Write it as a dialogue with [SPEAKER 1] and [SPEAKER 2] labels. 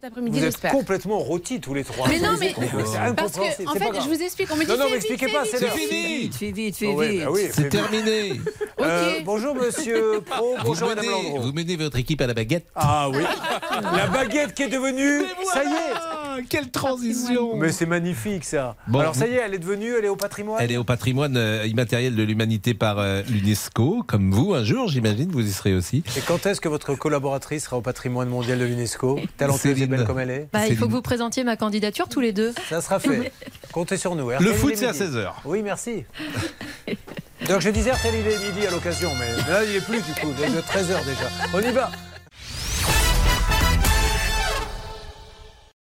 [SPEAKER 1] après-midi,
[SPEAKER 2] Vous êtes
[SPEAKER 1] j'espère.
[SPEAKER 2] complètement rôtis tous les trois.
[SPEAKER 1] Mais non, mais
[SPEAKER 2] c'est
[SPEAKER 1] parce que
[SPEAKER 2] incompréhensible,
[SPEAKER 1] en
[SPEAKER 2] c'est pas
[SPEAKER 1] fait,
[SPEAKER 2] grave.
[SPEAKER 1] je vous explique. On me dit
[SPEAKER 2] Non, non,
[SPEAKER 1] fais vite,
[SPEAKER 2] m'expliquez
[SPEAKER 1] fais
[SPEAKER 2] pas,
[SPEAKER 1] vite.
[SPEAKER 2] c'est
[SPEAKER 3] C'est
[SPEAKER 2] l'heure.
[SPEAKER 3] fini
[SPEAKER 4] Fais vite,
[SPEAKER 2] Ah
[SPEAKER 4] fais
[SPEAKER 2] ouais,
[SPEAKER 4] vite.
[SPEAKER 2] bah oui,
[SPEAKER 3] C'est
[SPEAKER 2] c'est-
[SPEAKER 3] terminé
[SPEAKER 2] Euh,
[SPEAKER 1] Ok.
[SPEAKER 2] bonjour Monsieur Pro,
[SPEAKER 3] vous
[SPEAKER 2] bonjour Madame
[SPEAKER 3] menez,
[SPEAKER 2] Landreau.
[SPEAKER 3] vous menez votre équipe à la baguette
[SPEAKER 2] Ah oui, la baguette qui est devenue, ça y est.
[SPEAKER 3] Quelle transition
[SPEAKER 2] Mais c'est magnifique ça.
[SPEAKER 3] Bon,
[SPEAKER 2] Alors ça
[SPEAKER 3] vous-
[SPEAKER 2] y est, elle est devenue, elle est au patrimoine.
[SPEAKER 3] Elle est au patrimoine euh, immatériel de l'humanité par euh, l'UNESCO, comme vous, un jour, j'imagine, vous y serez aussi.
[SPEAKER 2] Et quand est-ce que votre collaboratrice sera au patrimoine mondial de l'UNESCO Talentueuse et
[SPEAKER 3] Céline.
[SPEAKER 2] belle comme elle est.
[SPEAKER 5] Bah, il faut
[SPEAKER 3] Céline.
[SPEAKER 5] que vous présentiez ma candidature tous les deux.
[SPEAKER 2] Ça sera fait. Comptez sur nous.
[SPEAKER 3] Le
[SPEAKER 2] RTL,
[SPEAKER 3] foot,
[SPEAKER 2] il est
[SPEAKER 3] c'est à
[SPEAKER 2] midi.
[SPEAKER 3] 16h.
[SPEAKER 2] Oui, merci. Donc je disais RTL, il est midi à l'occasion, mais là il est plus du coup, il est de 13h déjà. On y va.